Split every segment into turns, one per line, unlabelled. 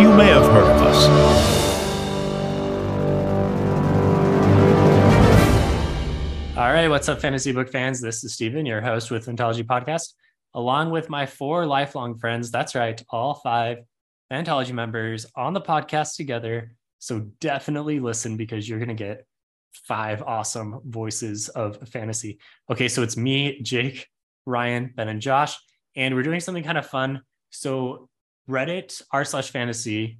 You may have heard of us.
All right, what's up, fantasy book fans? This is Steven, your host with Phantology Podcast, along with my four lifelong friends. That's right, all five Phantology members on the podcast together. So definitely listen because you're going to get five awesome voices of fantasy. Okay, so it's me, Jake, Ryan, Ben, and Josh, and we're doing something kind of fun. So Reddit r slash fantasy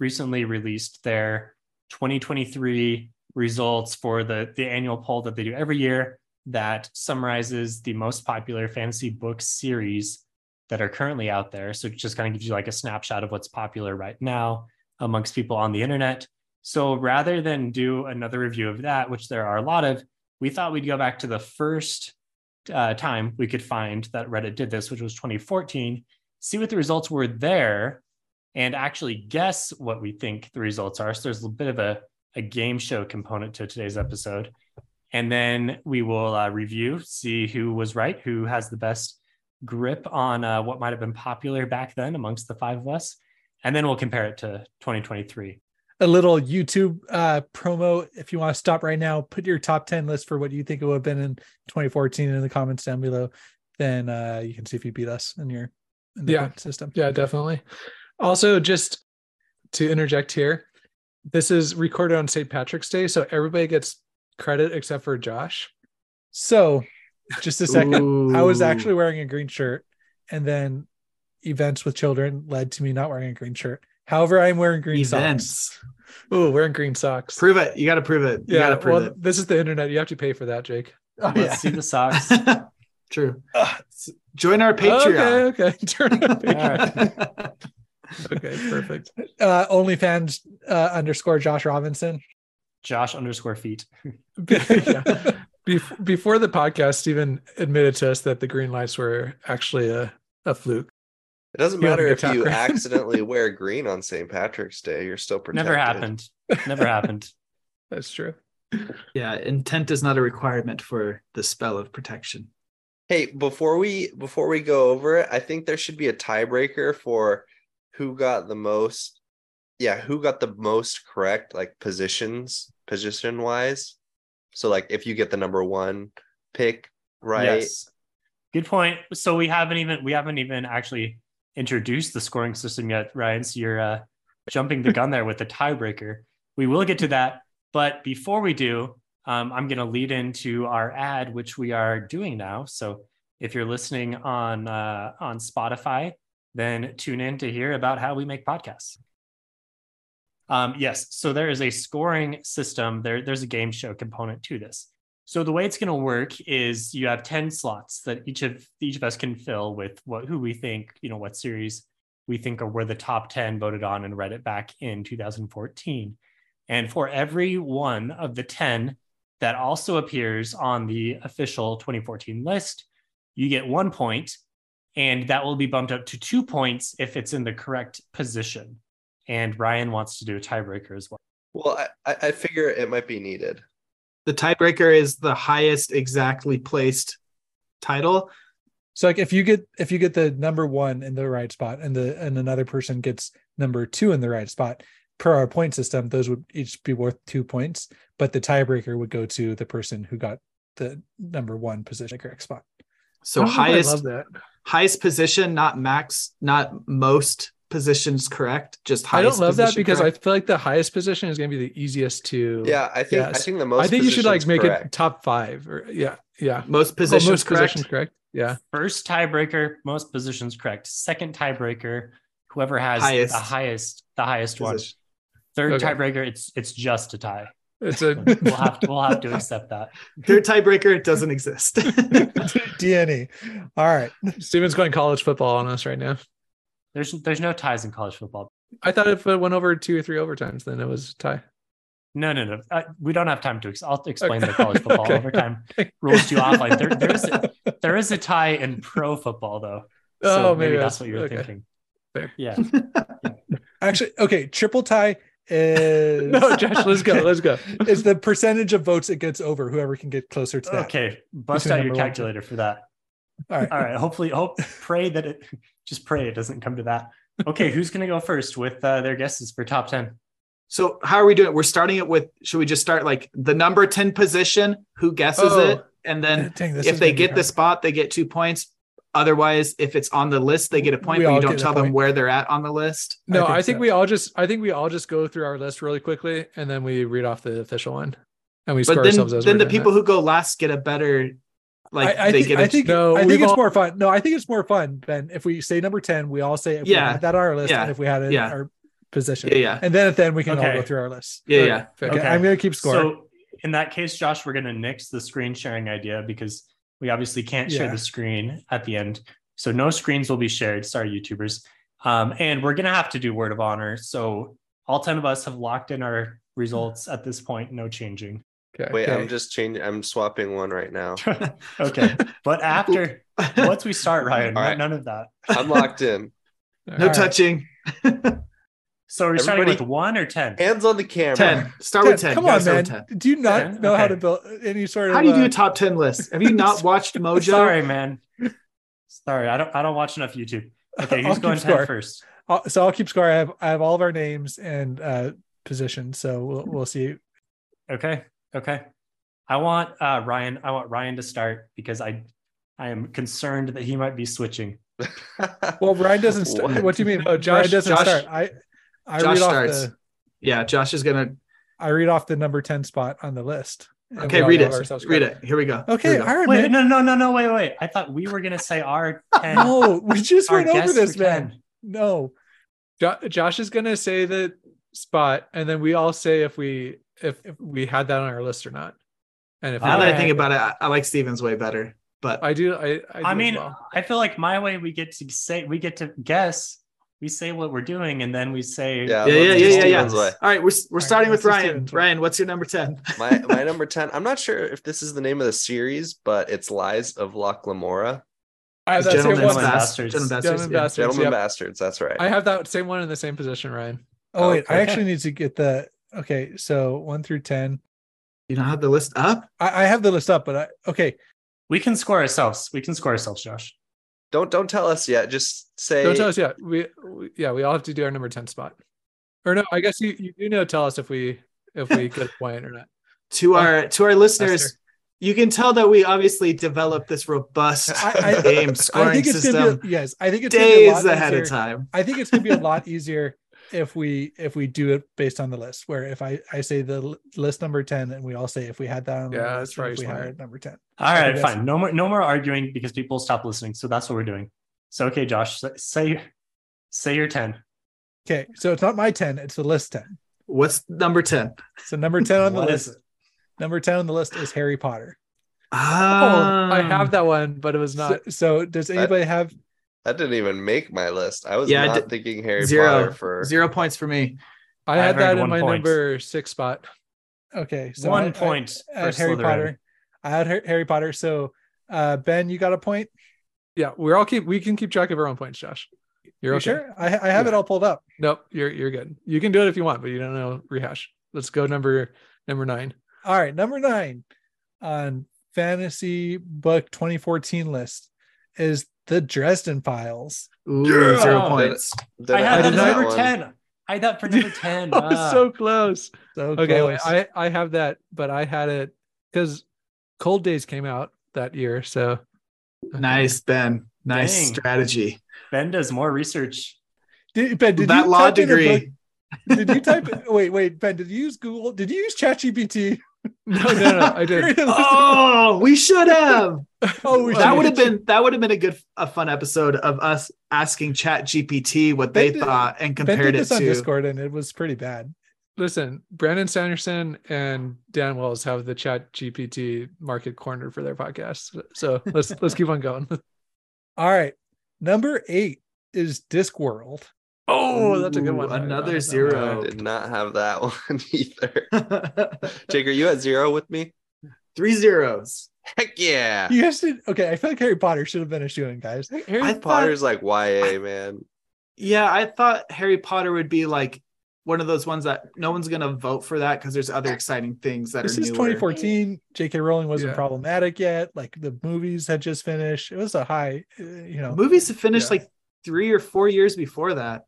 recently released their 2023 results for the the annual poll that they do every year that summarizes the most popular fantasy book series that are currently out there. So it just kind of gives you like a snapshot of what's popular right now amongst people on the internet. So rather than do another review of that, which there are a lot of, we thought we'd go back to the first uh, time we could find that Reddit did this, which was 2014, see what the results were there, and actually guess what we think the results are. So there's a bit of a, a game show component to today's episode. And then we will uh, review, see who was right, who has the best grip on uh, what might have been popular back then amongst the five of us. And then we'll compare it to 2023.
a little YouTube uh, promo. If you want to stop right now, put your top 10 list for what you think it would have been in 2014 in the comments down below. Then uh, you can see if you beat us in your in the
Yeah.
vote system.
Yeah, definitely. Also, just to interject here, this is recorded on St. Patrick's Day, so everybody gets credit except for Josh.
So just a second. I was actually wearing a green shirt, and then events with children led to me not wearing a green shirt. However, I'm wearing green socks.
events.
Ooh, wearing green socks.
Prove it. You got to prove it. You got
yeah,
to prove
well, this is the internet. You have to pay for that, Jake.
Oh,
Let's see the socks.
it. True. Join our Patreon.
Okay, okay. Turn on Patreon.
Okay, perfect. Uh, OnlyFans uh, underscore Josh Robinson.
Josh underscore feet.
yeah. Bef- before the podcast, Stephen admitted to us that the green lights were actually a, a fluke.
It doesn't
You have
matter
your
if
top
you
grade.
accidentally wear green on St. Patrick's Day, you're still protected.
Never happened. Never happened.
That's true.
yeah, intent is not a requirement for the spell of protection.
Hey, before we before we go over it, I think there should be a tiebreaker for who got the most yeah, who got the most correct like positions, position wise. So like if you get the number 1 pick right,
Yes. Good point. So we haven't even we haven't even actually introduced the scoring system yet, Ryan. So you're uh, jumping the gun there with the tiebreaker. We will get to that, but before we do, um, I'm going to lead into our ad, which we are doing now. So if you're listening on uh, on Spotify, then tune in to hear about how we make podcasts. Um, yes, so there is a scoring system. There, there's a game show component to this. So the way it's going to work is you have 10 slots that each of each of us can fill with what who we think, you know, what series we think are were the top 10 voted on in Reddit back in 2014. And for every one of the 10 that also appears on the official 2014 list, you get 1 point and that will be bumped up to 2 points if it's in the correct position. And Ryan wants to do a tiebreaker as well.
well I- I I figure it might be needed.
The tiebreaker is the highest exactly placed title.
So like if you get if you get the number one in the right spot and the and another person gets number two in the right spot per our point system, those would each be worth two points. But the tiebreaker would go to the person who got the number one position correct spot.
So
Oh, I don't know if I
highest
love that.
highest position, not max, not most positions correct. Just
I
highest.
don't love that
position
because
correct.
I feel like the highest position is going to be the easiest to.
Yeah, I think I
Yes.
think the most
I think you should like
positions
make
correct.
it top five or yeah, yeah.
most positions
most
correct.
positions correct. Yeah.
First tiebreaker, most positions correct. Second tiebreaker, whoever has
Highest.
the highest, the highest one.
Position.
Third
Okay.
tiebreaker, it's it's just a tie.
It's a
We'll have to, we'll have to accept that.
Their tiebreaker doesn't exist.
DNA. E. All right.
Steven's going college football on us right now.
There's there's no ties in college football.
I thought if it went over two or three overtimes, then it was a tie.
No, no, no. Uh, we don't have time to. Ex- I'll explain
Okay.
the college football
Okay.
overtime rules you off. Like there, there is a, there is a tie in pro football though. So
Oh, maybe
that's
that's-
what you were
okay.
thinking.
Fair.
Yeah.
Actually, okay. Triple tie is
No, Josh, let's go. Let's go.
is the percentage of votes it gets over. Whoever can get closer to that.
Okay. Bust
Between
out your
number one-
calculator for that.
All right.
All right. Hopefully, hope pray that it just pray it doesn't come to that. Okay, who's gonna go first with uh, their guesses for top ten?
so how are we doing? We're starting it with should we just start like the number 10 position, who guesses
Oh.
it? And then
Dang, this
if
is
they
gonna be
get the
hard.
spot, they get two points. Otherwise, if it's on the list, they get a point,
We
but
all
you
get
don't
a
tell them
point.
where they're at on the list.
No, I
think
think,
so.
we all just I think we all just go through our list really quickly and then we read off the official one and we score
But then,
ourselves as
then
we're
the
doing
people
that.
who go last get a better, like
I, I
they
think,
get a
I think,
No,
I
we've
think it's
all-
more fun. No, I think it's more fun, Ben, if we say number 10, we all say if
Yeah.
we had that on our list
Yeah.
and if we had it
Yeah.
in our position.
yeah, yeah,
And then at the end, we can all
Okay.
go through our list.
yeah,
Okay,
yeah.
fair.
Okay.
Okay.
I'm going to keep score.
So in that case, Josh, we're gonna nix the screen sharing idea because we obviously can't share
Yeah.
the screen at the end. So no screens will be shared. Sorry, YouTubers. Um, and we're gonna have to do word of honor. So all ten of us have locked in our results at this point. No changing.
Okay.
Wait,
okay.
I'm just changing. I'm swapping one right now.
okay, but after once we start, Ryan,
All right.
none of that.
I'm locked in.
no
All right.
touching.
So are we starting with
Everybody-
one or ten?
Hands on the camera.
10. Start with 10.
Come
Gotta
on,
start
man.
with 10.
Do you not
Ten?
know how
Okay.
to build any sort of.
How do you do
uh,
a top 10 list? Have you not watched Mojo?
Oh, Sorry, man. Sorry, I don't. I don't watch enough YouTube. Okay,
I'll
who's
keep
going
score.
ten first?
I'll- uh, so I'll keep score. I have, I have all of our names and uh, positions. So we'll, we'll see.
Okay, okay. I want uh, Ryan. I want Ryan to start because I, I am concerned that he might be switching.
Well, Ryan doesn't start. What?
What?
do you mean?
No, Josh-
Ryan doesn't
Josh-
start. I, I
Josh
read off
starts.
the.
Yeah, Josh is going
I read off the number 10 spot on the list.
to.
And
Okay,
we all
read
give
it.
ourselves
Read
credit.
it. Here we go. Here
Okay,
we go.
all right,
Wait,
man.
no, no, no, no. Wait, wait. I thought we were gonna say our ten.
No, we just
our
went over
guess
this,
for
man.
10.
No.
Jo- Josh is gonna say the spot and then we all say if we if, if we had that on our list or not. And if
Now
we-
that I
Alright.
think about it, I, I like Steven's way better. But
I do I I, do
I
as
mean,
well.
Oh,
I feel like my way. We get to say. We get to guess. We say what we're doing, and then we say.
Yeah,
Yeah, let's
yeah,
do
yeah, yeah,
Steven's
yeah.
way.
all right, we're, we're
right,
starting with
let's do
Ryan.
Steven's way.
Ryan, what's your number 10?
My my number ten. I'm not sure if this is the name of the series, but it's Lies of Loch Lamora.
I have that same
Gentlemen's
one.
Bastards.
Bastards. Gentlemen's
Gentlemen
Bastards, yeah.
Bastards,
Gentlemen
yep.
Bastards. That's right.
I have that same one in the same position, Ryan.
Oh, wait. I
Okay.
actually need to get the. Okay, so one through 10.
You don't have the list up?
I, I have the list up, but I. Okay.
We can score ourselves. We can score ourselves, Josh.
Don't don't tell us yet. Just say.
Don't tell us yet. We, we yeah, we all have to do our number ten spot. Or no, I guess you you do know. Tell us if we if we get a point or not.
To
Oh.
our to our listeners,
Faster.
you can tell that we obviously developed this robust
I- I-
game
I
scoring
think it's going to
system
be. Yes. I think it's gonna be a
days
lot
ahead
easier.
of time.
I think it's going to be a lot easier if we if we do it based on the list where if i i say the l- list number 10 and we all say if we had that on the list
Yeah, that's
and
probably
if we
smart.
hired number 10
All
Okay,
right,
that's-
fine. No more, no more arguing because people stop listening. So that's what we're doing. So okay, Josh, say- say, say your ten.
okay so it's not my 10 it's the list 10
What's number 10?
So number 10 on the
What
list.
is
Number 10 on the list is Harry Potter.
Oh, I
Um,
have that one, but it was
So-
not.
So, does anybody have
That didn't even make my list. I was
Yeah, I
not
did-
thinking Harry
zero.
Potter for.
Zero points for me.
I
I
had
heard
that in
one
my
point.
number six spot.
okay, so
One
I- I-
point
I
for
had Harry
Slytherin.
Potter. I had Har- Harry Potter. So uh Ben, you got a point?
Yeah, we're all keep we can keep track of our own points, Josh. You're
You
okay.
sure? I, I have it all pulled up.
Nope, you're you're good. You can do it if you want, but you don't know rehash. Let's go number number nine.
All right, number 9 on fantasy book 2014 list is The Dresden Files.
Ooh,
Yeah.
zero
Oh.
points.
Then
I had that
added
as
that
number
one.
ten. I had that for number ten.
Oh,
Ah.
so close.
So
Okay, wait,
close.
I I have that, but I had it because Cold Days came out that year, so
Nice, Ben. Nice
Dang.
strategy.
ben does more research.
did, Ben, did
that
you
law
type in a
degree.
book- did you type wait, wait, Ben, did you use Google? Did you use ChatGPT?
No, no, no, I did.
Oh, we should have.
Oh, we
that
should-
would have been that would have been a good a fun episode of us asking Chat GPT what they
Ben did-
thought
Ben
and compared
did
it
this on
to.
Discord and it was pretty bad.
Listen, Brandon Sanderson and Dan Wells have the Chat GPT market corner for their podcast. So let's let's keep on going.
All right. Number eight is Discworld.
Oh, that's a good
Ooh,
one. I don't
another
have that one.
zero.
I did not have that one either.
Three
Jake, are you at zero with me?
zeros.
Heck yeah.
You guys did okay. I feel like Harry Potter should have been a shoe in, guys.
Harry
Harry Potter's like YA, man.
Yeah, I thought Harry Potter would be like one of those ones that no one's gonna vote for that because there's other exciting things that
This
are
is
newer.
2014. J.K. Rowling wasn't
Yeah.
problematic yet. Like the movies had just finished. It was a high, uh, you know.
Movies have finished
Yeah.
like three or four years before that.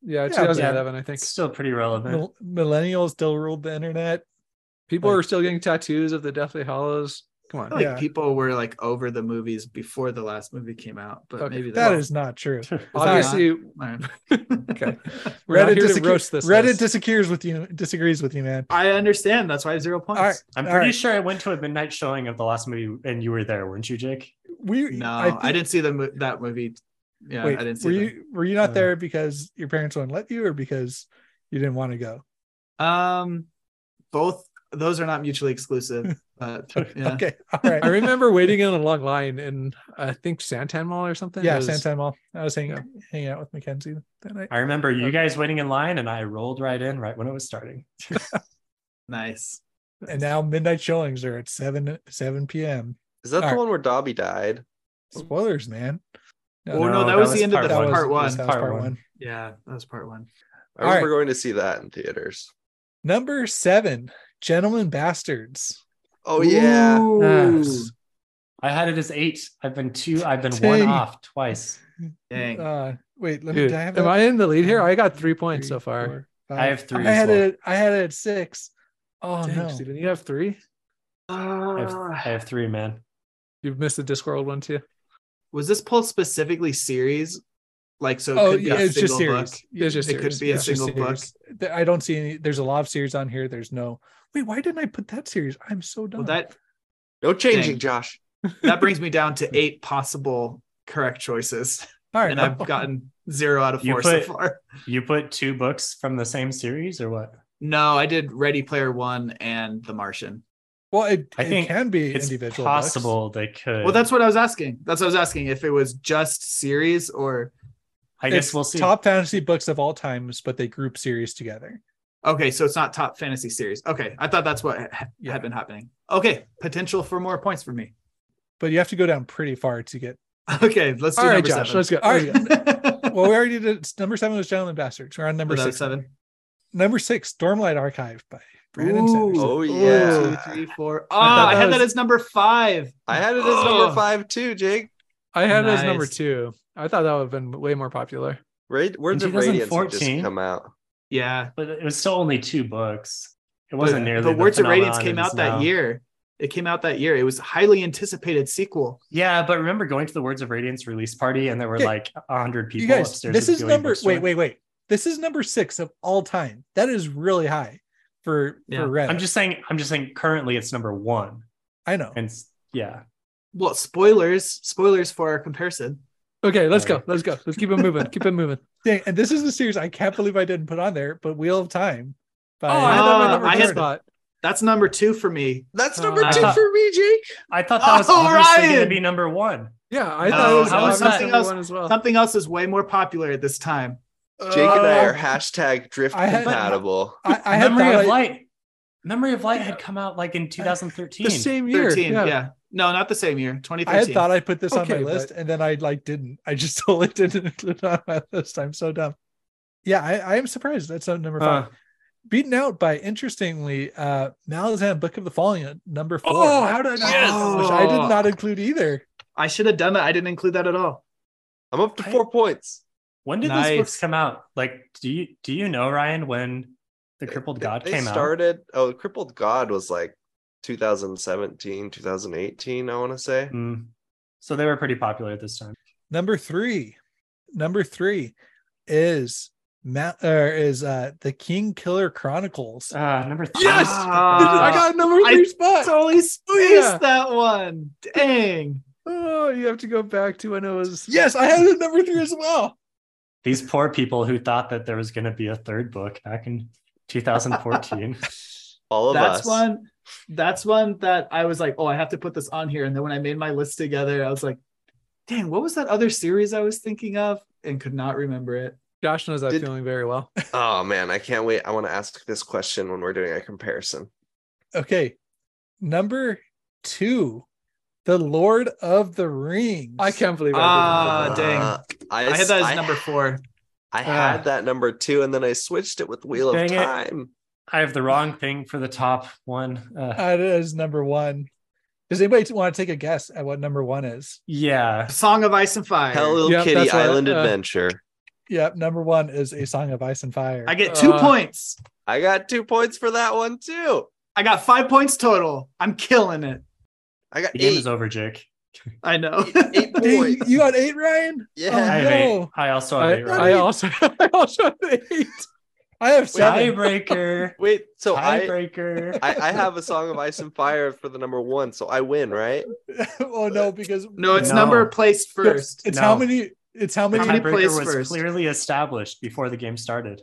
Yeah,
Yeah,
2011, I think.
It's still pretty relevant.
Mil- millennials still ruled the internet.
People
Like-
are still getting tattoos of the Deathly Hollows. Come
I
on.
feel like
Yeah.
people were like over the movies before the last movie came out, but
Okay.
maybe
That is not true.
Obviously,
okay.
we're not
Reddit,
here to
disagree-
roast this.
Reddit
list.
disappears with you. Disagrees with you, man.
I understand. That's why I have zero points.
All right.
I'm
All
pretty
right.
sure I went to a midnight showing of the last movie and you were there, weren't you, Jake?
We
No,
I
I,
think-
didn't see the mo- that movie. Yeah, I didn't see.
were
the-
you were you not
Uh,
there because your parents wouldn't let you, or because you didn't want to go?
Um, both those are not mutually exclusive. But yeah,
Okay, all right.
I remember waiting in a long line in I think Santan Mall or something.
yeah,
It was-
Santan Mall. I was hanging
Yeah.
hanging out with Mackenzie that night.
I remember you guys waiting in line and I rolled right in right when it was starting.
nice.
And now midnight showings are at seven seven p.m.
Is that
All
the
right.
one where Dobby died?
Spoilers, man.
Oh no,
no,
that,
that
was,
was
the end of the
part
part,
one.
one.
yes, that was
Part
part
one.
one.
Yeah, that was part one.
I
All
remember going to see that in theaters.
Number seven, Gentlemen Bastards.
Oh yeah.
Ooh.
Yes.
I had it as eight. I've been two, I've been one
Dang.
off twice.
Dang.
Uh, wait, let me.
Dude,
do I have
am
that?
I in the lead here? I got three
Three,
points so far.
four,
I have three
I
as
had
well.
it. I had it at six. Oh
Dang,
no!
Steven, you have three.
I have, I
Ah.
have three, man.
You've missed the Discworld one too.
was this pulled specifically series? Like so, it
oh,
could be
yeah,
a
it's just
single
series.
book.
It's just
It could
series.
be a
Yeah.
It's just
single book.
series. Th- I don't see any. There's a lot of series on here. There's no. Wait, why didn't I put that series? I'm so dumb.
Well, that
No changing,
Dang.
Josh.
that brings me down to eight possible correct choices,
All right,
and I've gotten zero out of
You
four
put-
so far.
You put two books from the same series or what?
No, I did Ready Player One and The Martian.
Well, it,
I
it
think
can be
It's
individual. books.
possible they could.
Well, that's what I was asking. That's what I was asking if it was just series or
I guess
It's
we'll see.
Top fantasy books of all times, but they group series together.
okay. So it's not top fantasy series. Okay, I thought that's what ha-
Yeah.
had been happening. Okay, potential for more points for me.
But you have to go down pretty far to get.
Okay, let's do
All right,
number
Josh,
7
let's go.
All
Let's
right.
go.
Well, we already did. Number seven was Gentleman Bastards. We're on number
number
six.
seven.
Number six, Stormlight Archive by Brandon
Ooh.
Sanderson.
Oh
One,
yeah.
two, three, four. Oh,
thought
I
that
had that
was-
as number five.
I had it as
Oh.
number five too, Jake.
I had it as number
Nice.
two. I thought that would have been way more popular.
Right? Words
In
of Radiance had just
2014?
come out.
Yeah,
but it was still only two books. It wasn't
But
nearly.
The Words of Radiance
phenomenon
came
it is
out that
now.
year. It came out that year. It was a highly anticipated sequel.
Yeah, but remember going to the Words of Radiance release party and there were
Yeah.
like a hundred people
You guys,
upstairs.
this
with
is
Gillian
number.
Bookstore.
Wait, wait, wait. This is number six of all time. That is really high for
Yeah.
for Reddit.
I'm just saying. I'm just saying. Currently, it's number one,
I know.
and s- yeah,
Well, spoilers, spoilers for our comparison.
Okay, let's
All
go. Let's go. Let's keep it moving. Keep it moving.
Dang, and this is the series I can't believe I didn't put on there, but Wheel of Time. By,
Oh, I had that
Ah,
number
I
two
had-
spot.
That's number two for me.
That's
Oh.
number
Uh, I
two
thought-
for me, Jake.
I thought that was
Oh,
obviously going
Ryan!
to be number one.
Yeah, I
No,
thought it was
that was
obviously
something
number
else.
one as well.
Something else is way more popular at this time.
Uh,
Jake and I are
Oh.
hashtag drift
I had-
compatible.
I, I had
Memory
thought
of
I-
Light. Memory of Light had come out like in 2013.
The same year.
13,
yeah.
yeah. No, not the same year.
I had
2013.
thought I put this on
Okay,
my list, and then I like didn't. I just totally didn't include it on my list. I'm so dumb. Yeah, I, I am surprised that's not number five.
Huh.
Beaten out by interestingly, uh Malazan Book of the Falling at number four,
Oh, how did I not?
Yes!
which I did not include either.
I should have done that. I didn't include that at all.
I'm up to
I-
four points.
When did these
Nice.
books come out? Like, do you do you know Ryan when the Crippled
They-
God
they
came out?
started, Oh, Crippled God was like 2017, 2018, I want to say.
Mm. So they were pretty popular at this time.
Number three, number three is Matt or is uh the King Killer Chronicles.
Uh, number three. Ah.
Yes! I got number
I
three spot.
totally squeezed
Yeah.
that one. Dang.
oh, you have to go back to when it was.
Yes, I had it at number three as well.
These poor people who thought that there was going to be a third book back in 2014.
All of
that's
us.
one that's one that i was like oh i have to put this on here and then when i made my list together i was like dang what was that other series i was thinking of and could not remember it
Josh knows that
Did-
feeling very well.
Oh man, I can't wait. I want to ask this question when we're doing a comparison.
Okay. Number two, The Lord of the Rings.
I can't believe I
Ah,
didn't.
dang.
Uh, I,
i, had that as
I-
number four
I
Ah.
had that number two, and then I switched it with Wheel
Dang
of
it.
Time.
I have the wrong thing for the top one. Uh,
That is number one. Does anybody want to take a guess at what number one is?
yeah.
song of ice and fire
Hello
Yep,
Kitty
that's what,
Island
uh,
Adventure.
Yep, number one is A Song of Ice and Fire.
i get two
Uh,
points
I got two points for that one too.
i got five points total i'm killing it
I got
The game
eight,
is over, Jake.
i know
eight, eight
Dang,
points.
you got eight, Ryan?
I
yeah.
have eight.
no.
I also have
I,
eight.
I
Right?
also I also have eight.
I have seven.
Tiebreaker.
Wait, so I,
Tiebreaker.
I I have a song of ice and fire for the number one, so I win, right?
oh no, because
no it's
No.
number placed first
It's
No.
how many? It's how
The
many?
many plays
tiebreaker was
first?
clearly established before the game started.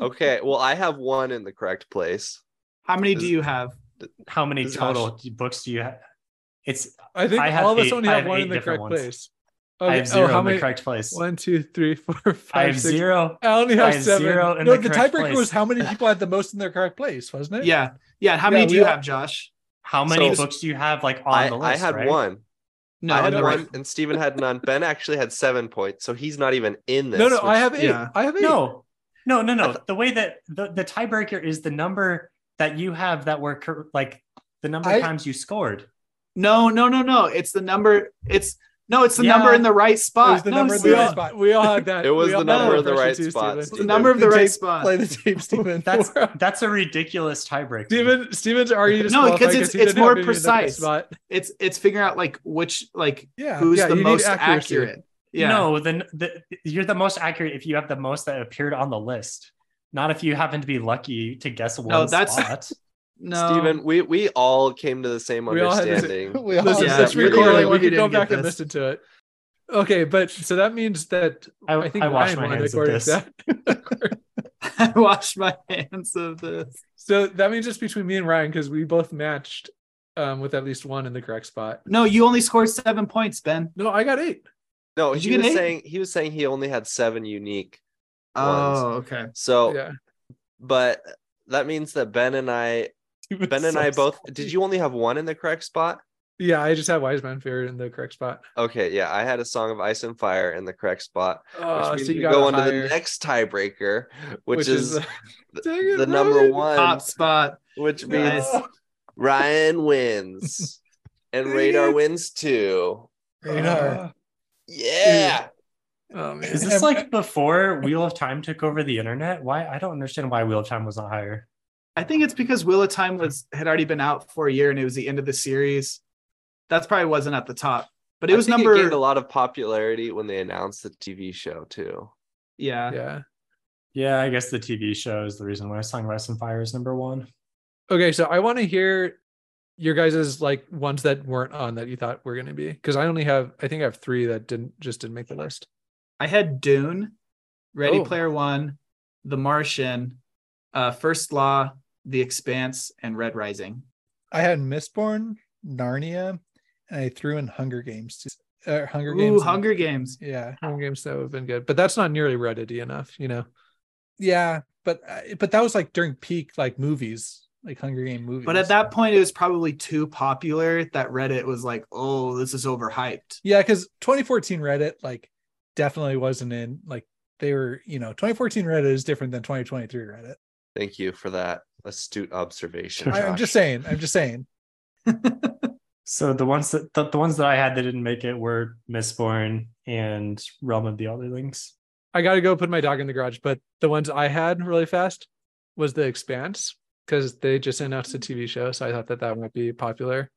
Okay. Well, I have one in the correct place.
how many do you have
How many
Josh.
total books do you have? It's
I think
I have
all of us
eight-
only
I
have
have
one
eight
in the correct
different ones.
place.
I
Okay,
have zero
oh, how
in the
many?
correct place.
One, two, three, four,
I
five,
have
six.
zero.
I only
I
have
have
seven.
zero in
no,
the,
the,
correct
tiebreaker
place.
was how many people had the most in their correct place, wasn't it?
yeah yeah how many
Yeah,
do
we
you
all-
have josh
how many
So-
books do you have like on
I,
the list?
I had
right?
one.
no
I had
no,
one, and Steven had none. Ben actually had seven points, so he's not even in this.
No, no, I
which-
have eight.
yeah.
I have eight.
No, no, no, no. The way that the, the tiebreaker is the number that you have that were cor- like the number
I-
of times you scored.
no no no no it's the number it's no it's the
Yeah.
number in the right spot
It was the
No,
number
it's
in the
we
the-
right
all,
spot.
we all had that.
It was
We all
the
had
number
that
of the
impression
right
too,
spot,
Steven.
It's
Steven.
the number of the
Play
right
the
spot.
Play the tape, Stephen.
That's
We're-
that's a ridiculous tiebreaker.
Steven, Steven's already disqualified
because it's-
he
it's
didn't
more
have it in the correct
precise.
Spot.
It's it's figuring out like which like
yeah.
who's
yeah,
the
you need
most
accuracy.
accurate. Yeah.
No, then the, you're the most accurate if you have the most that appeared on the list. Not if you happen to be lucky to guess one
that's-
spot.
no.
Steven, we we all came to the same
We all had the same-
understanding.
We all
This
yeah,
is this
we
really
recording.
didn't
We can go
get
back and
this.
listen to it. Okay, but so that means that
I,
I think
Oh, I wash
Ryan
my
won
hands of
according
this.
to that.
I wash my hands of this.
So that means it's between me and Ryan because we both matched um, with at least one in the correct spot.
No, you only scored seven points, Ben.
No, I got eight.
No,
Did
he
you get
was
eight?
saying he was saying he only had seven unique.
Oh, okay.
So,
Yeah.
but that means that Ben and I,
Steven's
Ben and
so
I both.
sorry.
Did you only have one in the correct spot?
Yeah, I just had Wiseman Fair in the correct spot.
Okay, yeah, I had a song of ice and fire in the correct spot, which
Oh,
means
so you
we
got
go
go
on to
higher,
the next tiebreaker, which, is,
Dang
the,
it,
the number
Ryan.
one,
Top spot.
which means
Nice.
Ryan wins, and Radar wins too.
Radar.
Yeah,
Oh man.
Is this like before Wheel of Time took over the internet? Why I don't understand why Wheel of Time was not higher.
I think it's because Wheel of Time was had already been out for a year and it was the end of the series. That's probably wasn't at the top. But it
I
was
think
number
gained a lot of popularity when they announced the TV show too.
yeah.
yeah.
Yeah, I guess the TV show is the reason why Song of Ice and Fire is number one.
Okay, so I want to hear your guys's like ones that weren't on that you thought were going to be because I only have I think I have three that didn't just didn't make the list.
I had Dune, Ready
Oh.
Player One, The Martian, uh, First Law, The Expanse, and Red Rising.
I had Mistborn, Narnia, and I threw in Hunger Games. too. Uh, Hunger
Ooh,
Games.
Hunger Games.
Yeah,
Home games that would have been good, but that's not nearly Reddity enough, you know.
yeah, but I- but that was like during peak like movies, like Hunger Game movies.
But at that point, it was probably too popular that Reddit was like, oh, this is overhyped.
yeah, because 2014 Reddit like definitely wasn't in like they were you know 2014 Reddit is different than 2023 Reddit.
Thank you for that astute observation.
I, I'm
Josh.
just saying. I'm just saying.
So the ones that the, the ones that I had that didn't make it were Mistborn and Realm of the Elderlings.
I gotta go put my dog in the garage. But the ones I had really fast was The Expanse because they just announced a TV show, so I thought that that might be popular.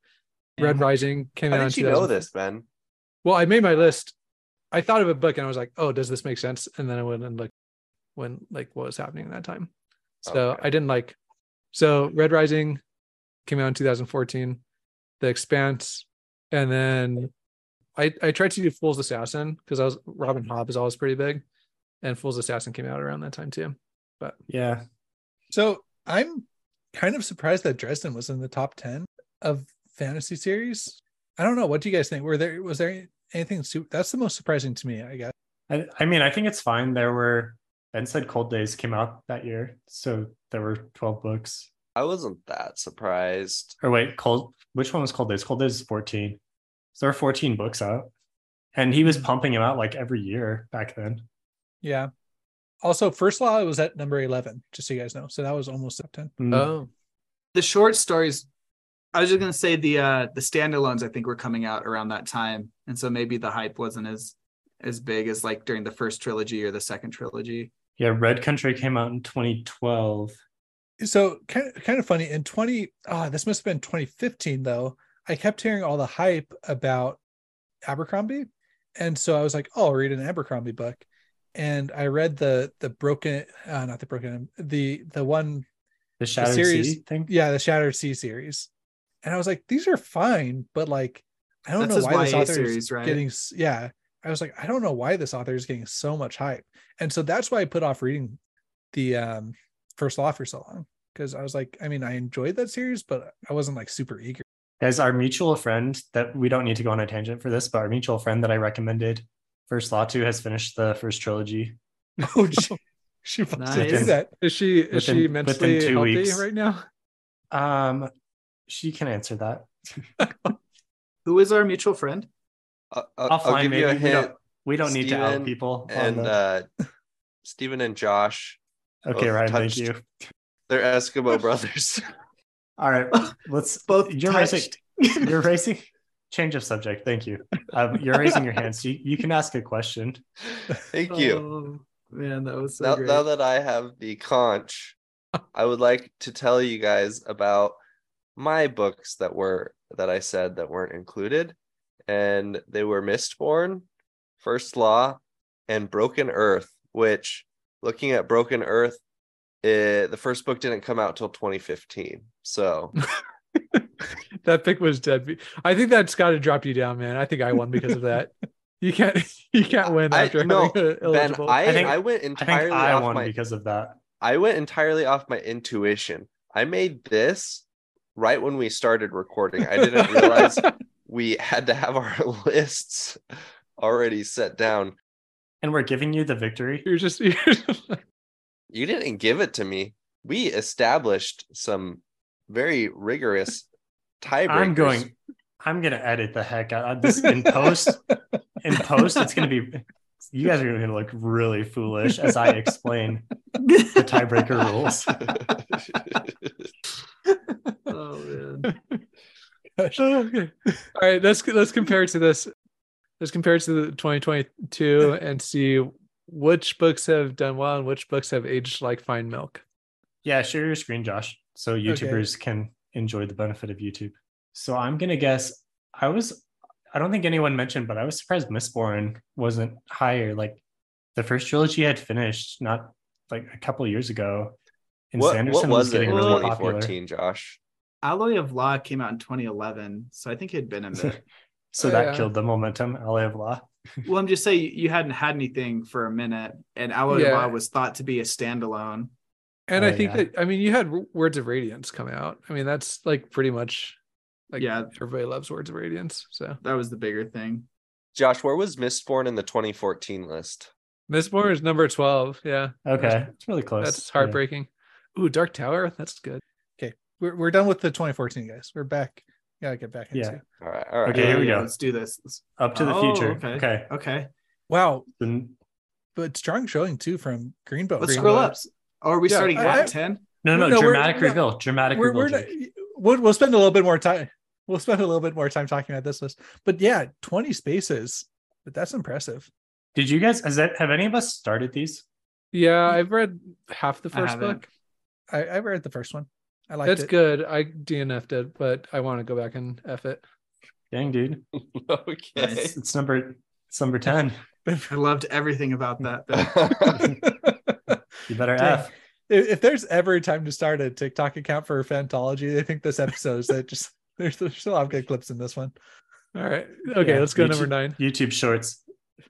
Red Rising came out.
How
in
did you know
2000
this, Ben?
Well, I made my list. I thought of a book and I was like, "Oh, does this make sense?" And then I went and looked when like what was happening at that time. So
Okay.
I didn't like. So Red Rising came out in 2014. The Expanse, and then I I tried to do Fool's Assassin because I was Robin Hobb is always pretty big, and Fool's Assassin came out around that time too.
Yeah.
So I'm kind of surprised that Dresden was in the top 10 of fantasy series. I don't know. What do you guys think? Were there, was there anything? Su- that's the most surprising to me, I guess.
I, I mean, I think it's fine. There were Ben said Cold Days came out that year, so there were twelve books.
I wasn't that surprised.
Or wait, Cold. Which one was Cold Days? Cold Days is fourteen. So there are fourteen books out, and he was pumping them out like every year back then.
Yeah. Also, First Law was at number 11, just so you guys know. So that was almost up 10.
Mm.
Oh,
the short stories i was just going to say the uh the standalones i think were coming out around that time and so maybe the hype wasn't as as big as like during the first trilogy or the second trilogy
Yeah, Red Country came out in 2012.
So kind of, kind of funny. In 20, ah, this must have been 2015, though. I kept hearing all the hype about Abercrombie. And so I was like, oh, I'll read an Abercrombie book. And I read the the broken uh, not the broken the the one
The Shattered
series-
Sea thing.
yeah the Shattered Sea series, and I was like these are fine but like I don't
That's his
know why this
YA
author is
series, right?
getting s- yeah i was like i don't know why this author is getting so much hype and so that's why i put off reading the um first law for so long because i was like i mean i enjoyed that series but i wasn't like super eager
Guys, our mutual friend that we don't need to go on a tangent for this, but our mutual friend that I recommended First Law to has finished the first trilogy.
oh she, she wants to do
Nice.
that
is she is
Within-
she
within
mentally
two
healthy
weeks.
right now?
Um, she can answer that.
who is our mutual friend
I, I,
Offline,
Uh, I'll give you a
maybe. We don't-
hint.
We don't need to out
Steven
people. on
And
the-
uh, Stephen and Josh,
okay,
both
Ryan, thank
touched.
you.
they're Eskimo brothers.
All right, let's.
both
You're
touched.
raising. You're raising. Change of subject. Thank you. Um, you're raising your hands. You, you can ask a question.
Thank you.
Oh, man that was so
now,
great
now that I have the conch, I would like to tell you guys about my books that were that I said that weren't included, and they were Mistborn, First Law, and Broken Earth. Which, looking at Broken Earth, eh, the first book didn't come out till 2015. So
that pick was dead. I think that's got to drop you down, man. I think I won because of that. You can't you can't win
I-
after
no,
having a
Ben,
eligible.
I
I think-
I went
I think
entirely
I
off
won
my
because of that.
I went entirely off my intuition. I made this right when we started recording. I didn't realize we had to have our lists already set down.
And we're giving you the victory.
you're just you're just-
You didn't give it to me. We established some very rigorous tiebreakers.
I'm going. I'm gonna edit the heck out of this in post. in post, it's gonna be. You guys are gonna look really foolish as I explain the tiebreaker rules.
oh man
okay. All right, let's let's compare it to this. Let's compare it to the 2022 and see which books have done well and which books have aged like fine milk.
Yeah, share your screen, Josh, so YouTubers can enjoy the benefit of YouTube. So I'm gonna guess. I was. I don't think anyone mentioned, but I was surprised Mistborn wasn't higher. Like the first trilogy had finished not like a couple years ago, and
What, what
Sanderson
was,
was
it in
getting really popular.
2014, Josh?
alloy of law came out in 2011 so i think he'd been in there
So
Oh,
that
yeah.
killed the momentum. LA of Law.
well i'm just saying you hadn't had anything for a minute and alloy
Yeah.
of law was thought to be a standalone
And I
Oh,
think
yeah.
that I mean you had W- Words of Radiance come out. I mean that's like pretty much like
Yeah.
everybody loves Words of Radiance. So
that was the bigger thing
Josh, where was Mistborn in the 2014 list?
Mistborn is number 12. Yeah.
Okay, it's really close.
That's
Yeah.
heartbreaking. Ooh, Dark Tower. That's good.
we're, we're done with the 2014 guys we're back gotta get back into
Yeah.
it.
All right, all right.
Okay, here we
Uh, Yeah,
go.
let's do this Let's-
Up to the
Oh,
future.
okay.
Okay.
okay
wow
Then-
but strong showing too from greenbow
let's
Greenbow.
scroll up oh, are we
Yeah,
starting
I- I-
at 10
No, no,
No, we're-
dramatic
no,
reveal. Dramatic
we're,
reveal.
we're not,
Jake.
we'll, we'll spend a little bit more time we'll spend a little bit more time talking about this list but yeah 20 spaces but that's impressive
Did you guys? Has that, have any of us started these?
Yeah,
Hmm.
I've read half the
I
first
haven't.
book.
i, I read the first one i liked
That's
it
good. I DNF'd it, but I want to go back and F it.
Dang, dude,
okay.
it's, it's number it's number ten.
I loved everything about that. though.
You better
Dang.
f.
if, if there's ever a time to start a tiktok account for fantology i think this episode is that just there's, there's still have good clips in this one
All right. Okay,
Yeah,
let's go
you
number
too.
nine.
YouTube Shorts.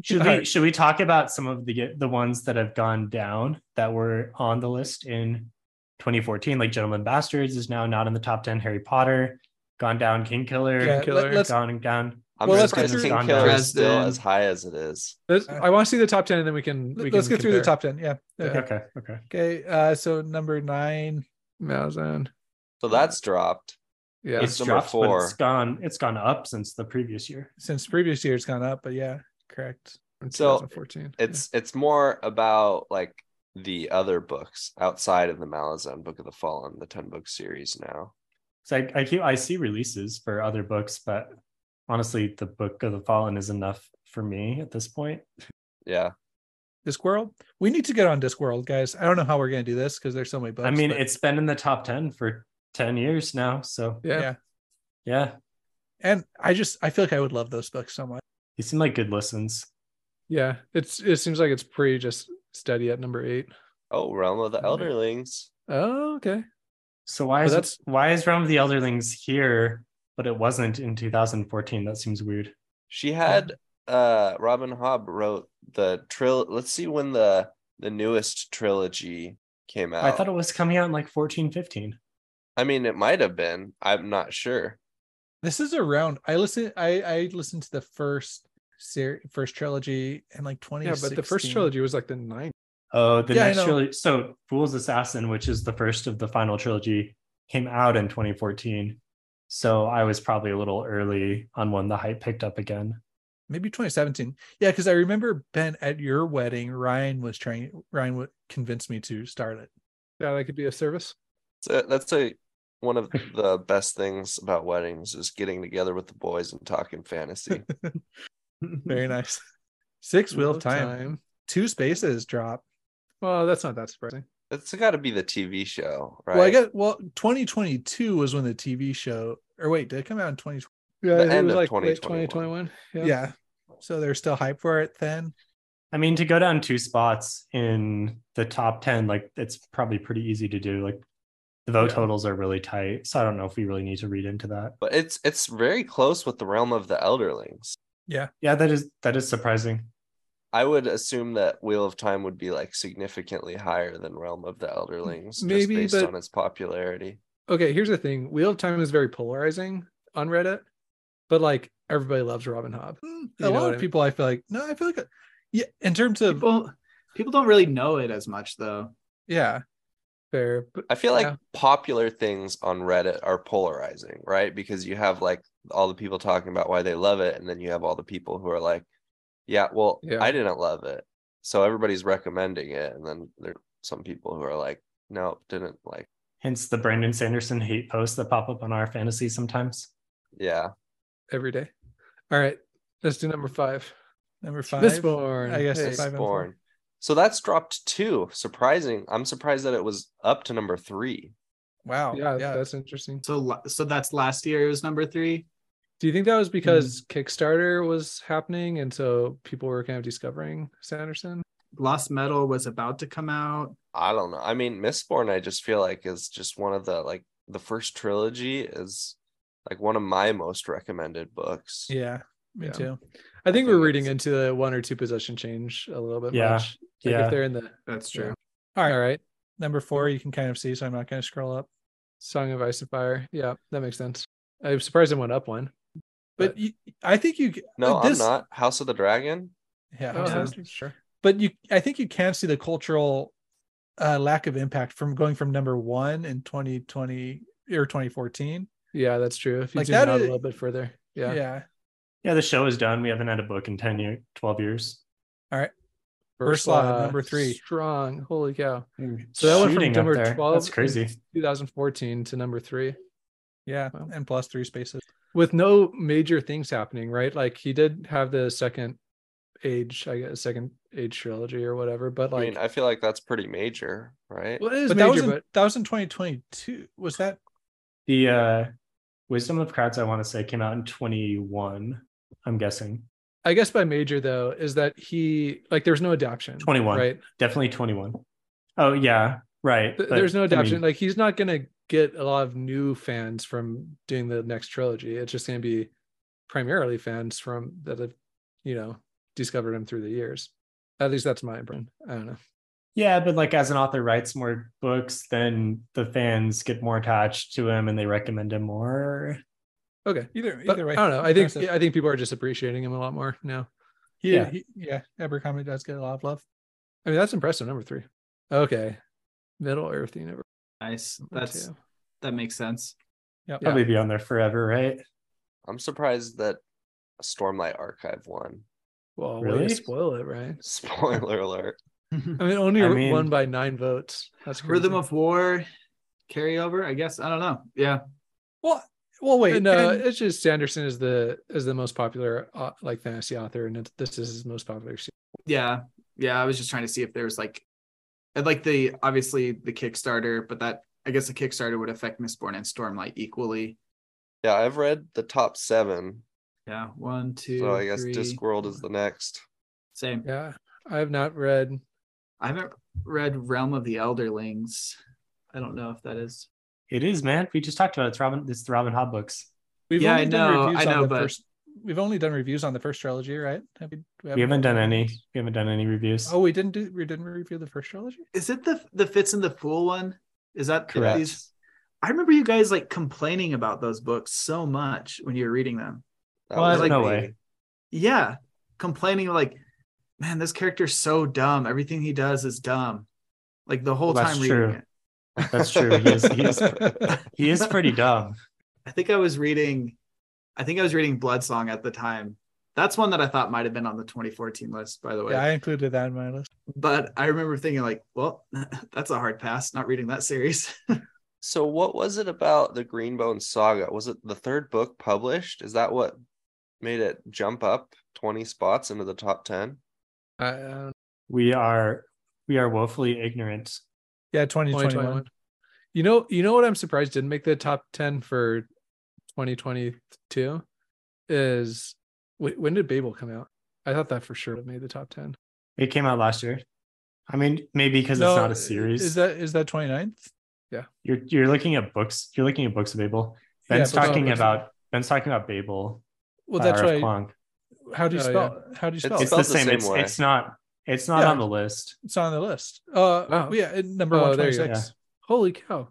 Should we
Alright.
should we talk about some of the the ones that have gone down that were on the list in 2014, like Gentlemen Bastards is now not in the top 10. Harry Potter, Gone Down, King Killer,
Yeah,
let- let's-
Gone Down.
I'm
Well, let's
surprised
get
through-
King Killer is still
Dresden.
as high as it is.
Let's- I want to see the top 10 and then we can. We
Let's
can
get through the
compare.
top 10. Yeah. Okay.
Okay, okay.
Okay. Uh, so number nine.
Malzahn.
So that's dropped.
Yeah.
it's
number
dropped, but
four.
it's gone. It's gone up since the previous year.
Since previous year, it's gone up, but yeah, correct.
from
so
2014.
It's it's more about like the other books outside of the Malazan Book of the Fallen, the ten book series now.
So I, I keep I see releases for other books, but honestly, the Book of the Fallen is enough for me at this point.
Yeah.
Discworld. We need to get on Discworld, guys. I don't know how we're gonna do this because there's so many books.
I mean,
but-
it's been in the top ten for ten years now. So
yeah.
yeah.
yeah,
And I just I feel like I would love those books so much.
these seem like good listens.
Yeah. It's it seems like it's pretty just steady at number eight.
Oh, Realm of the Elderlings.
Oh, okay.
So why
But
is
that's-
why is Realm of the Elderlings here, but it wasn't in 2014? That seems weird.
She had uh Robin Hobb wrote the trill let's see when the the newest trilogy came out.
I thought it was coming out in like 14, 15.
I mean it might have been. I'm not sure.
This is around I listen I I listened to the first series first trilogy in like 20.
Yeah, but the first trilogy was like the ninth.
Oh, the
Yeah, I
next
know.
trilogy. So Fool's Assassin, which is the first of the final trilogy, came out in 2014. So I was probably a little early on when the hype picked up again.
maybe 2017. Yeah, because I remember Ben at your wedding, Ryan was trying Ryan would convince me to start it.
Yeah, that could be a service.
So that's a one of the best things about weddings is getting together with the boys and talking fantasy.
Very nice. Six wheel
Love
of time. Two spaces drop.
Well, that's not that surprising.
It's got to be the TV show, right?
Well, I guess well, 2022 was when the TV show or wait, did it come out in 2020?
The
Yeah, I think
end
it was
of
like late
2021.
2021. Yeah.
yeah. So they're still hype for it then.
I mean, to go down two spots in the top 10, like it's probably pretty easy to do. Like the vote
Yeah.
totals are really tight. So I don't know if we really need to read into that.
But it's it's very close with the realm of the elderlings.
Yeah, that is that is surprising.
I would assume that Wheel of Time would be like significantly higher than Realm of the Elderlings,
Maybe,
just based
but-
on its popularity.
Okay, here's the thing. Wheel of Time is very polarizing on Reddit, but like everybody loves Robin Hobb.
Hmm,
You
A
know what
lot
I
of
mean?
people I feel like no, I feel like yeah, in terms of
People people don't really know it as much though.
yeah,
Fair. But
I feel like
Yeah.
popular things on Reddit are polarizing, right? Because you have like all the people talking about why they love it, and then you have all the people who are like, "Yeah, well,
Yeah.
I didn't love it," so everybody's recommending it, and then there are some people who are like, "No, didn't like."
Hence the Brandon Sanderson hate posts that pop up on our fantasy sometimes.
Yeah,
every day. All right. Let's do number five.
number 5.
This born.
I guess
Hey.
it's five and four.
born. So that's dropped two. Surprising. I'm surprised that it was up to number three.
Wow.
yeah,
Yeah.
that's interesting.
So la- so that's last year. It was number three.
Do you think that was because Kickstarter was happening and so people were kind of discovering Sanderson?
Lost Metal was about to come out.
I don't know. I mean, Mistborn, I just feel like is just one of the like the first trilogy is like one of my most recommended books.
Yeah, me
Yeah.
too.
I think
think
we're reading
it's-
into the one or two position change a little bit
Yeah,
much. Like
yeah.
if they're in the
That's true.
all right, all right.
Number 4 you can kind of see so I'm not going to scroll up.
Song of Ice and Fire. Yeah, that makes sense. I'm surprised it went up one.
But,
But-
you, I think you
No,
this-
I'm not. House of the Dragon.
Yeah.
Oh,
I'm
yeah.
sorry.
that's- Sure.
but you i think you can see the cultural uh, lack of impact from going from number one in 2020 or 2014
Yeah, that's true. If you
Like,
zoom
that
out
is-
a little bit further. Yeah.
Yeah, the show is done. We haven't had a book in 10 year, 12 years.
Ursula,
Ursula,
number three.
Strong. Holy cow. So that went from
Shooting up
number
there.
12
That's crazy.
2014 to number three.
yeah
Wow.
and plus three spaces
with no major things happening, right? Like he did have the second age, I guess, second age trilogy or whatever, but
I
like,
mean, I feel like that's pretty major, right?
well, it is
but that
major,
was in,
but
that was in 2022 was that
The uh, Wisdom of Crowds, I want to say, came out in 21, I'm guessing.
I guess by major though is that he like there's no adaption,
21.
right?
Definitely 21. Oh, yeah, right. But,
Th- there's no
I
adaption.
mean,
like he's not gonna get a lot of new fans from doing the next trilogy. It's just gonna be primarily fans from
Hmm.
that have, you know, discovered him through the years. At least that's my brain. I don't know.
Yeah, but like as an author writes more books, then the fans get more attached to him and they recommend him more.
Okay.
Either
But
either way,
I don't know. I think
impressive.
I think people are just appreciating him a lot more now.
He-
Yeah.
he- yeah. Abercrombie does get a lot of love.
I mean, that's impressive. Number three. Okay. Middle Earth universe.
Nice.
number
That's
two.
that makes sense.
yeah.
Probably be on there forever, right?
I'm surprised that Stormlight Archive won.
Well, way
Really?
to spoil it, right?
Spoiler alert.
I mean, only
I
r-
mean-
won by nine votes. That's crazy.
Rhythm of War carryover, I guess. I don't know. Yeah.
Well, well, wait.
And, uh,
and-
it's just Sanderson is the is the most popular uh, like fantasy author, and it, this is his most popular. se-
Yeah. Yeah. I was just trying to see if there was like I'd like the obviously the Kickstarter, but that I guess the Kickstarter would affect Mistborn and Stormlight equally.
Yeah, I've read the top seven.
Yeah. One, two.
so I guess
three,
Discworld is the next.
same.
Yeah, I have not read.
I haven't read Realm of the Elderlings. I don't know if that is
It is, man. We just talked about it. It's Robin, it's the Robin Hood books.
We've
Yeah,
only
I
done
know,
reviews
I
on
know,
the
but-
first. We've only done reviews on the first trilogy, right? Have we,
We haven't done any. We haven't done any reviews.
Oh, we didn't do. We didn't review the first trilogy.
is it the the Fits and the Fool one? Is that
Correct.
these- I remember you guys like complaining about those books so much when you were reading them.
That
Well,
was
there's no
me.
way.
Yeah, complaining like, man, this character's so dumb. Everything he does is dumb. Like the whole
Well, that's
time reading
true.
it.
That's true. He is, he is, he is pretty dumb.
I think I was reading, I think I was reading Blood Song at the time. That's one that I thought might have been on the 2014 list, by the way.
Yeah, I included that in my list.
but I remember thinking like, well, that's a hard pass. Not reading that series.
So what was it about the Greenbone Saga? Was it the third book published? Is that what made it jump up 20 spots into the top 10?
I, uh, I don't
We are we are woefully ignorant.
Yeah,
know,
twenty twenty one.
2021. You know, you know what I'm surprised didn't make the top ten for 2022 is wait, when did Babel come out? I thought that for sure would have made the top ten.
It came out last year. I mean, maybe because
No,
it's not a series.
Is that is that 29th?
you're you're looking at books. You're looking at books of Babel.
Yeah,
Ben's
but-
talking about Ben's talking about Babel.
Well,
by
that's
R.F.
why.
Kuang.
How do you
Oh,
spell? How do you
It's
spell?
It's
It's,
the
spelled
same. it's,
way.
it's not. It's not
Yeah.
on the list.
it's on the list. Uh,
Wow.
yeah, it- number
Oh,
one
there
twenty
you go.
six.
Holy cow!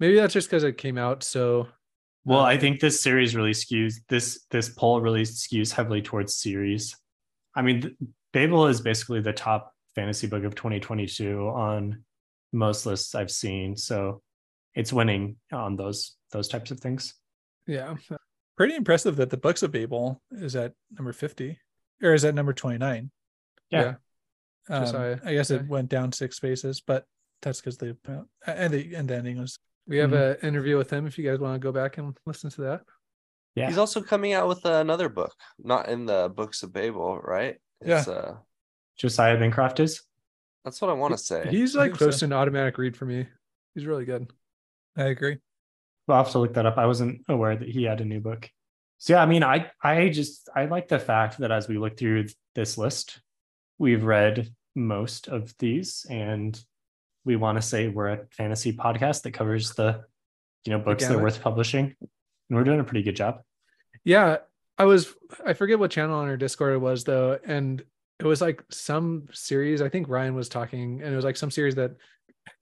Maybe that's just because it came out so
Well,
Uh,
I think this series really skews this this poll really skews heavily towards series. I mean, th- Babel is basically the top fantasy book of 2022 on most lists I've seen, so it's winning on those those types of things.
yeah.
Pretty impressive that the Books of Babel is at number fifty, or is at number twenty nine.
Yeah.
Um,
Josiah,
I guess
okay.
it went down six spaces, but that's because the uh, and the and the ending was
We have an interview with him if you guys want to go back and listen to that.
Yeah.
He's also coming out with another book, not in the books of Babel, right?
Yeah.
It's, uh,
Josiah Bancroft is.
that's what I want to say.
He's
I
like
think
close
so.
to an automatic read for me. He's really good.
I agree.
I'll have to look that up. I wasn't aware that he had a new book. So yeah, I mean, I I just I like the fact that as we look through this list, we've read most of these, and we want to say we're a fantasy podcast that covers the, you know, books that are
gamut.
worth publishing, and we're doing a pretty good job.
Yeah, I was I forget what channel on our Discord it was though, and it was like some series. I think Ryan was talking, and it was like some series that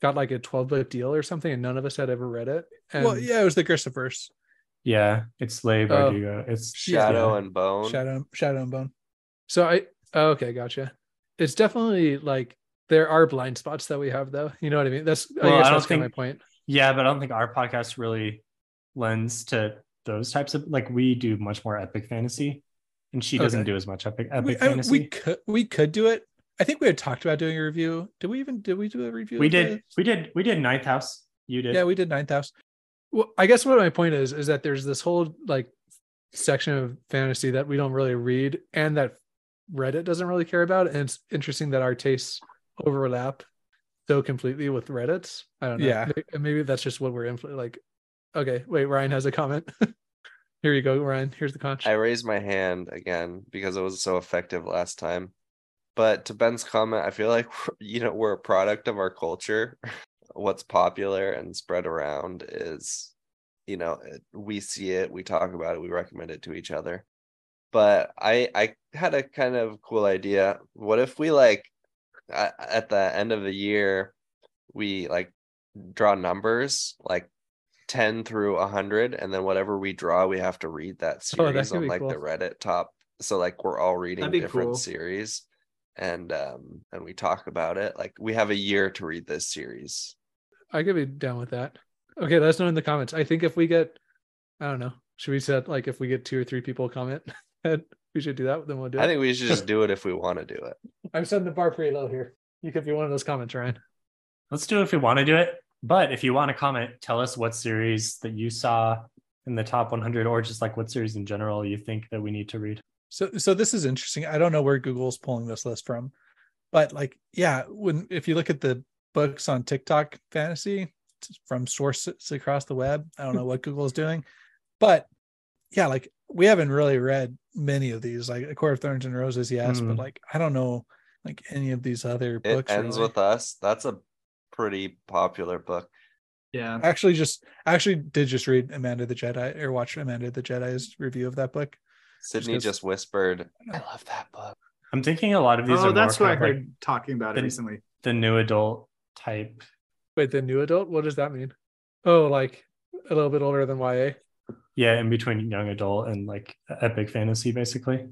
got like a twelve book deal or something, and none of us had ever read it. And
Mm. well, yeah, it was the Gristiverse,
Yeah, it's Leigh
Oh.
Bardugo. It's
Shadow and Bone.
Shadow Shadow and Bone.
So I oh, okay, gotcha. It's definitely like there are blind spots that we have though. You know what I mean? That's
Well,
I guess
I don't
that's kind of
think-
my point.
Yeah, but I don't think our podcast really lends to those types of like we do much more epic fantasy, and she doesn't
Okay.
do as much epic
We,
epic
I-
fantasy.
we could we could do it. I think we had talked about doing a review. Did we even did we do a review?
we
of
did we did we did ninth house you
the-
did
Yeah, we did ninth house.
Well, I guess what my point is is that there's this whole like section of fantasy that we don't really read and that Reddit doesn't really care about. And it's interesting that our tastes overlap so completely with Reddit's. I don't know.
Yeah.
May- Maybe that's just what we're influ- like. Okay, wait, Ryan has a comment. Here you go, Ryan. Here's the conch.
I raised my hand again because it was so effective last time. But to Ben's comment, I feel like you know we're a product of our culture. What's popular and spread around is, you know, it- we see it, we talk about it, we recommend it to each other. But I I had a kind of cool idea. What if we like a- at the end of the year we like draw numbers like 10 through 100 and then whatever we draw we have to read that
Oh, that
series
could
on
be
like the
cool.
reddit top so like we're all reading
That'd be
different
cool.
series and um and we talk about it like we have a year to read this series
I could be down with that. Okay, let us know in the comments. I think if we get, I don't know, should we set like if we get two or three people comment that we should do that, then we'll do
i
it.
think we should just do it if we want to do it
I'm setting the bar pretty low here. You could be one of those comments, Ryan.
Let's do it if we want to do it. But if you want to comment, tell us what series that you saw in the top 100, or just like what series in general you think that we need to read.
So so this is interesting. I don't know where Google's pulling this list from, but like yeah, when if you look at the books on TikTok fantasy it's from sources across the web, I
Hmm.
don't know what Google's doing, but yeah, like we haven't really read many of these. Like A Court of Thorns and Roses, yes, but
Hmm.
Mm.
like I don't know like any of these other
it
books.
ends
really.
with us that's a pretty popular book
Yeah.
I actually just I actually did just read Amanda the Jedi or watch Amanda the Jedi's review of that book.
sydney
goes-
just whispered i love that book
I'm thinking a lot of these
Oh,
are
that's
more
what I
kind of,
heard
like
talking about it
Then-
recently.
the new adult type.
Wait, the new adult? What does that mean? Oh, like a little bit older than YA.
Yeah, in between young adult and like e-, epic fantasy, basically.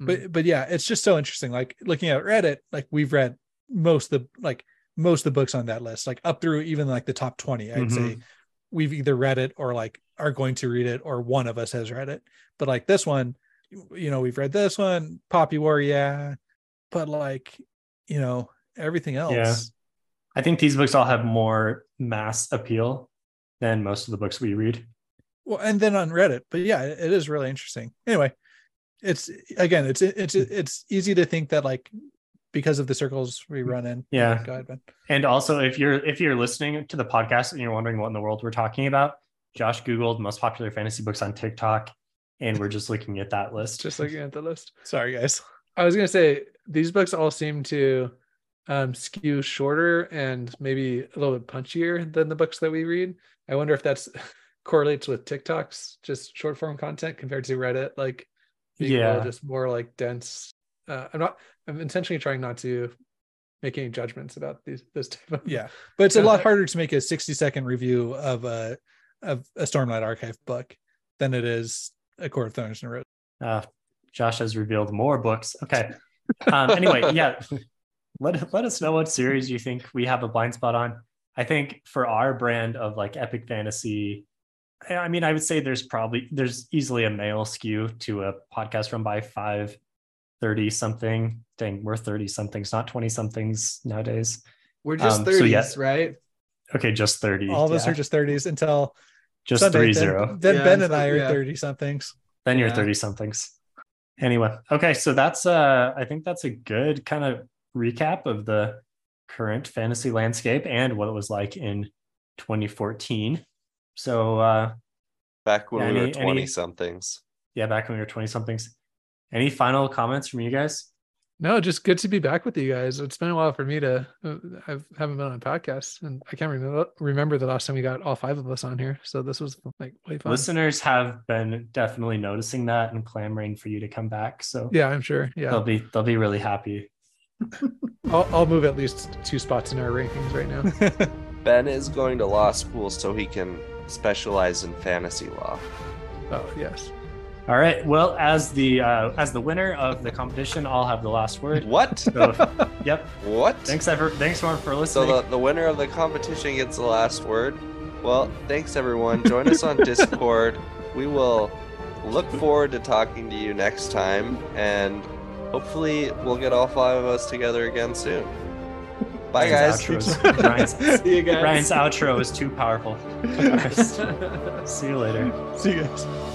but but yeah it's just so interesting like looking at reddit like we've read most the like most of the books on that list like up through even like the top 20 i'd say we've either read it or like are going to read it or one of us has read it but like this one you know we've read this one poppy war yeah but like you know everything else
I think these books all have more mass appeal than most of the books we read.
well and then on reddit but yeah it it is really interesting anyway it's again it's it's it's easy to think that like because of the circles we run in
Yeah.
go ahead ben
And also, if you're if you're listening to the podcast and you're wondering what in the world we're talking about, Josh googled most popular fantasy books on TikTok, and we're just looking at that list.
Just looking at the list.
sorry guys
I was gonna say these books all seem to um, skew shorter and maybe a little bit punchier than the books that we read. I wonder if that's correlates with TikToks, just short form content compared to Reddit, like being a little
Yeah.
just more like dense. Uh, I'm not. I'm intentionally trying not to make any judgments about these this type of
yeah but it's a
Yeah.
lot harder to make a 60 second review of a of a stormlight archive book than it is a court of thorns and roses
Uh, Josh has revealed more books. Okay. Um, anyway, yeah. Let, let us know what series you think we have a blind spot on. I think for our brand of like epic fantasy, I- I mean, I would say there's probably there's easily a male skew to a podcast run by five 30 something. Dang, we're 30 somethings, not 20 somethings nowadays.
We're just
Um,
30s,
so yeah.
right?
Okay, just 30.
all of us
yeah.
are just 30s until
just
Sunday,
three
then-
zero.
then,
Yeah,
ben and i
so-
are
yeah.
30 somethings
then you're
Yeah.
30 somethings anyway okay so that's uh i think that's a good kind of recap of the current fantasy landscape and what it was like in 2014 so uh
back when
Yeah,
we
any-
were
any-
20 somethings
yeah back when we were 20 somethings any final comments from you guys
No, just good to be back with you guys. It's been a while for me to. uh, I haven't been on a podcast, and I can't remember remember the last time we got all five of us on here. So this was like way fun.
listeners have been definitely noticing that and clamoring for you to come back so
Yeah, I'm sure. Yeah,
they'll be they'll be really happy
I'll, I'll move at least two spots in our rankings right now.
Ben is going to law school so he can specialize in fantasy law.
oh yes,
all right well as the uh as the winner of the competition i'll have the last word
What?
so, yep
What?
thanks ever thanks everyone for
So
listening
the, the winner of the competition gets the last word. Well, thanks everyone. Join us on Discord. We will look forward to talking to you next time and hopefully we'll get all five of us together again soon. Bye
Ryan's
guys.
outros- Ryan's,
See you guys.
Ryan's outro is too powerful. See you later.
see you guys